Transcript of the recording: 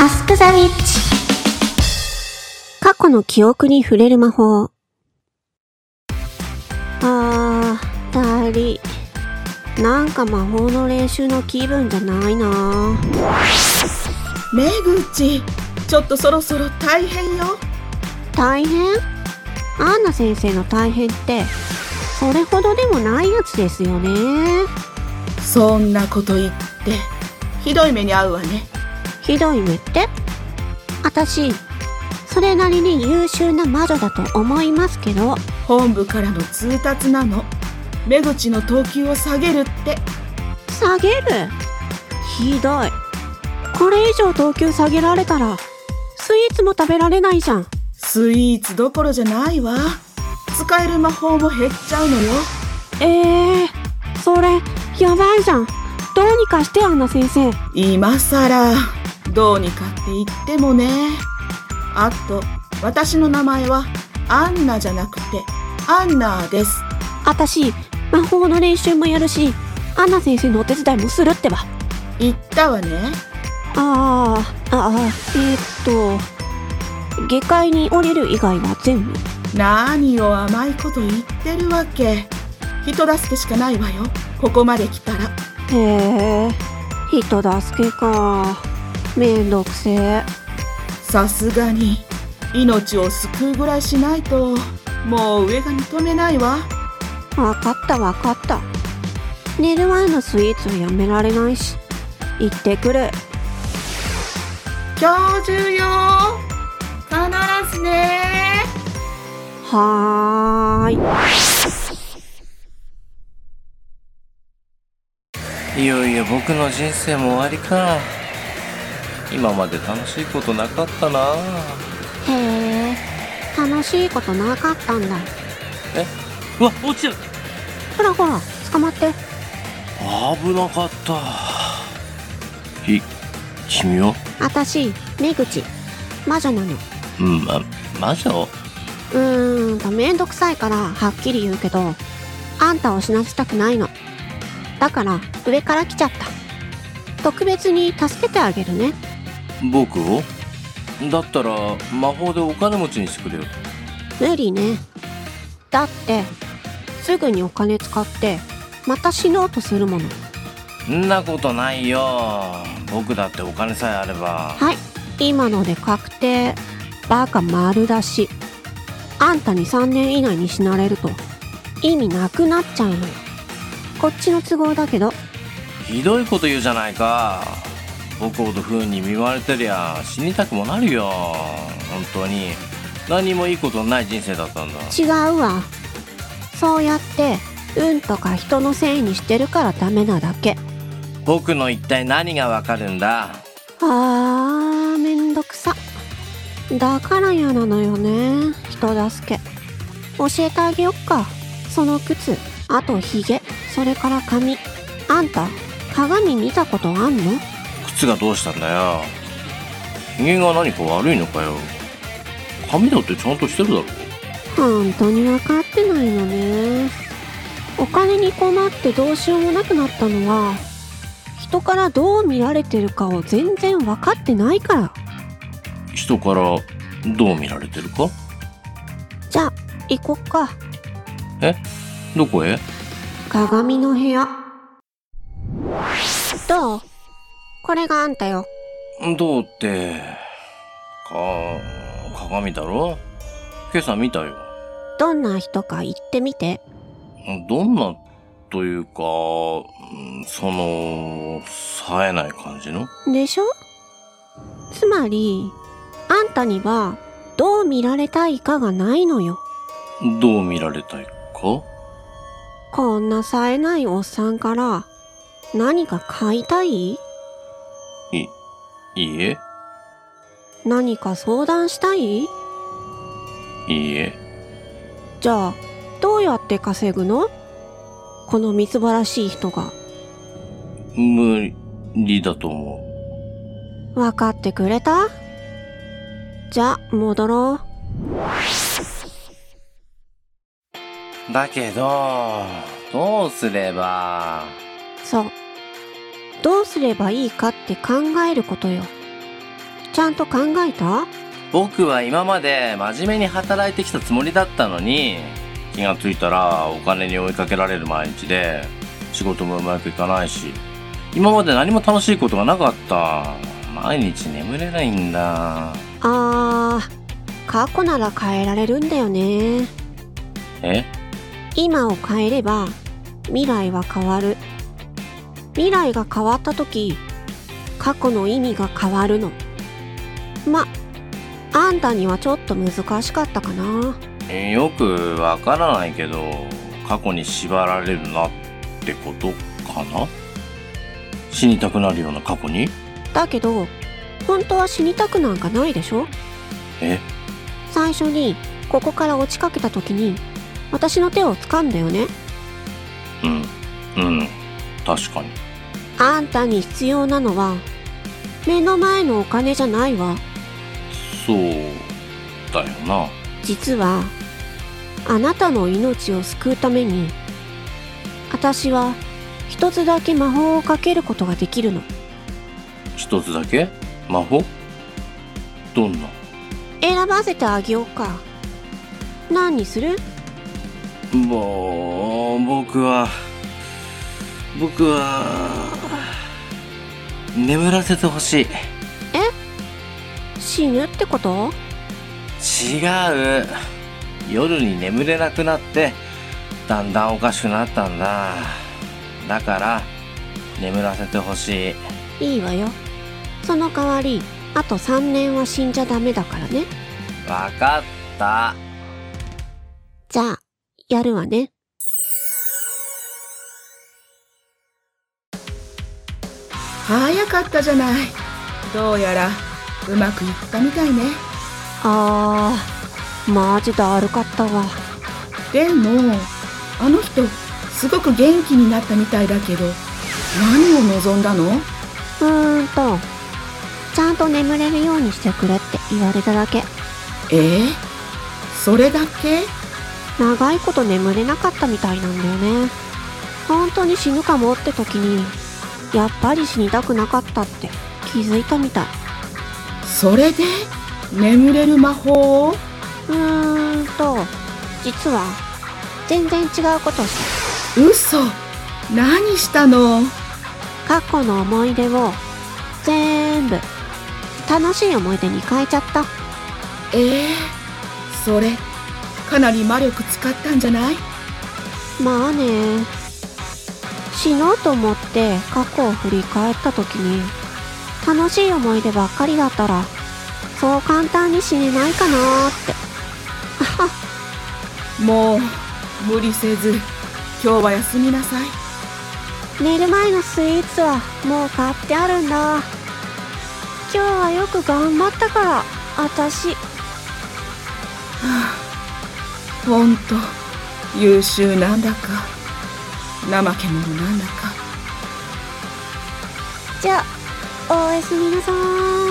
アスクザウィッチ過去の記憶に触れる魔法あーだりなんか魔法の練習の気分じゃないなめぐちちょっとそろそろ大変よ大変アンナ先生の大変ってそれほどでもないやつですよねそんなこと言ってひどい目に遭うわねひどい目って私それなりに優秀な魔女だと思いますけど本部からの通達なのめぐちの等級を下げるって下げるひどいこれ以上等級下げられたらスイーツも食べられないじゃんスイーツどころじゃないわ使える魔法も減っちゃうのよえー、それやばいじゃんどうにかしてアンナ先生今さらどうにかって言ってもねあと私の名前はアンナじゃなくてアンナーです私魔法の練習もやるしアンナ先生のお手伝いもするってば言ったわねあーあーえー、っと下界に降りる以外は全部何を甘いこと言ってるわけ人助けしかないわよここまで来たらへえ人助けかめんどくせえさすがに命を救うぐらいしないともう上が認めないわわかったわかった寝る前のスイーツはやめられないし行ってくる今日中よ必ずねはーいいよいよ僕の人生も終わりか今まで楽しいことなかったなへえ楽しいことなかったんだえうわ落ちるほらほら捕まって危なかったひ君は私めぐち魔女なのうんま魔女うーんとめんどくさいからはっきり言うけどあんたを死なせたくないのだから上から来ちゃった特別に助けてあげるね僕をだったら魔法でお金持ちにしてくれよ無理ねだってすぐにお金使ってまた死のうとするものんなことないよ僕だってお金さえあればはい今ので確定バカ丸出しあんたに3年以内に死なれると意味なくなっちゃうのよこっちの都合だけどひどいこと言うじゃないか僕ほど不運に見舞われてりゃ死にたくもなるよ本当に何もいいことない人生だったんだ違うわそうやって運とか人のせいにしてるからダメなだけ僕の一体何がわかるんだあーめんどくさだから嫌なのよね人助け教えてあげよっかその靴あとヒゲそれから髪あんた鏡見たことあんの靴がどうしたんだよひげが何か悪いのかよ髪だってちゃんとしてるだろ本当に分かってないのねお金に困ってどうしようもなくなったのは人からどう見られてるかを全然分かってないから人からどう見られてるかじゃあ行こっかどこへ鏡の部屋どうこれがあんたよどうってか鏡だろ今朝見たよどんな人か言ってみてどんなというか、うんその、冴えない感じのでしょつまりあんたにはどう見られたいかがないのよどう見られたいかこんな冴えないおっさんから何か買いたいい、いいえ、何か相談したいいいえ。じゃあどうやって稼ぐのこのみつばらしい人が無理だと思分かってくれたじゃあ戻ろうう。だけど、どうすれば。そう。どうすればいいかって考えることよ。ちゃんと考えた僕は今まで真面目に働いてきたつもりだったのに気がついたらお金に追いかけられる毎日で仕事もうまくいかないし今まで何も楽しいことがなかった毎日眠れないんだあー過去なら変えられるんだよねえ今を変えれば未来は変わる未来が変わった時過去の意味が変わるのまあんたにはちょっと難しかったかなよくわからないけど過去に縛られるなってことかな死にたくなるような過去にだけど本当は死にたくなんかないでしょえ最初にここから落ちかけた時に私の手を掴んだよねうんうん確かにあんたに必要なのは目の前のお金じゃないわそうだよな実はあなたの命を救うために私は一つだけ魔法をかけることができるの一つだけ魔法どんな選ばせてあげようか何にするもう僕は僕は眠らせてほしい死ぬってこと違う夜に眠れなくなってだんだんおかしくなったんだだから眠らせてほしいいいわよその代わりあと3年は死んじゃダメだからねわかったじゃあやるわね早かったじゃないどうやらうまくいったみたいねあーマジだるかったわでもあの人すごく元気になったみたいだけど何を望んだのうーんとちゃんと眠れるようにしてくれって言われただけえー、それだけ長いこと眠れなかったみたいなんだよね本当に死ぬかもって時にやっぱり死にたくなかったって気づいたみたいそれで眠れる魔法をうーんと実は全然違うことをし嘘何したのた過去の思い出を全部楽しい思い出に変えちゃったええそれかなり魔力使ったんじゃないまあね死のうと思って過去を振り返った時に楽しい思い出ばっかりだったらそう簡単に死ねないかなーってもう無理せず今日は休みなさい寝る前のスイーツはもう買ってあるんだ今日はよく頑張ったから私ほんと優秀なんだか怠け者なんだかじゃあおやすみなさーい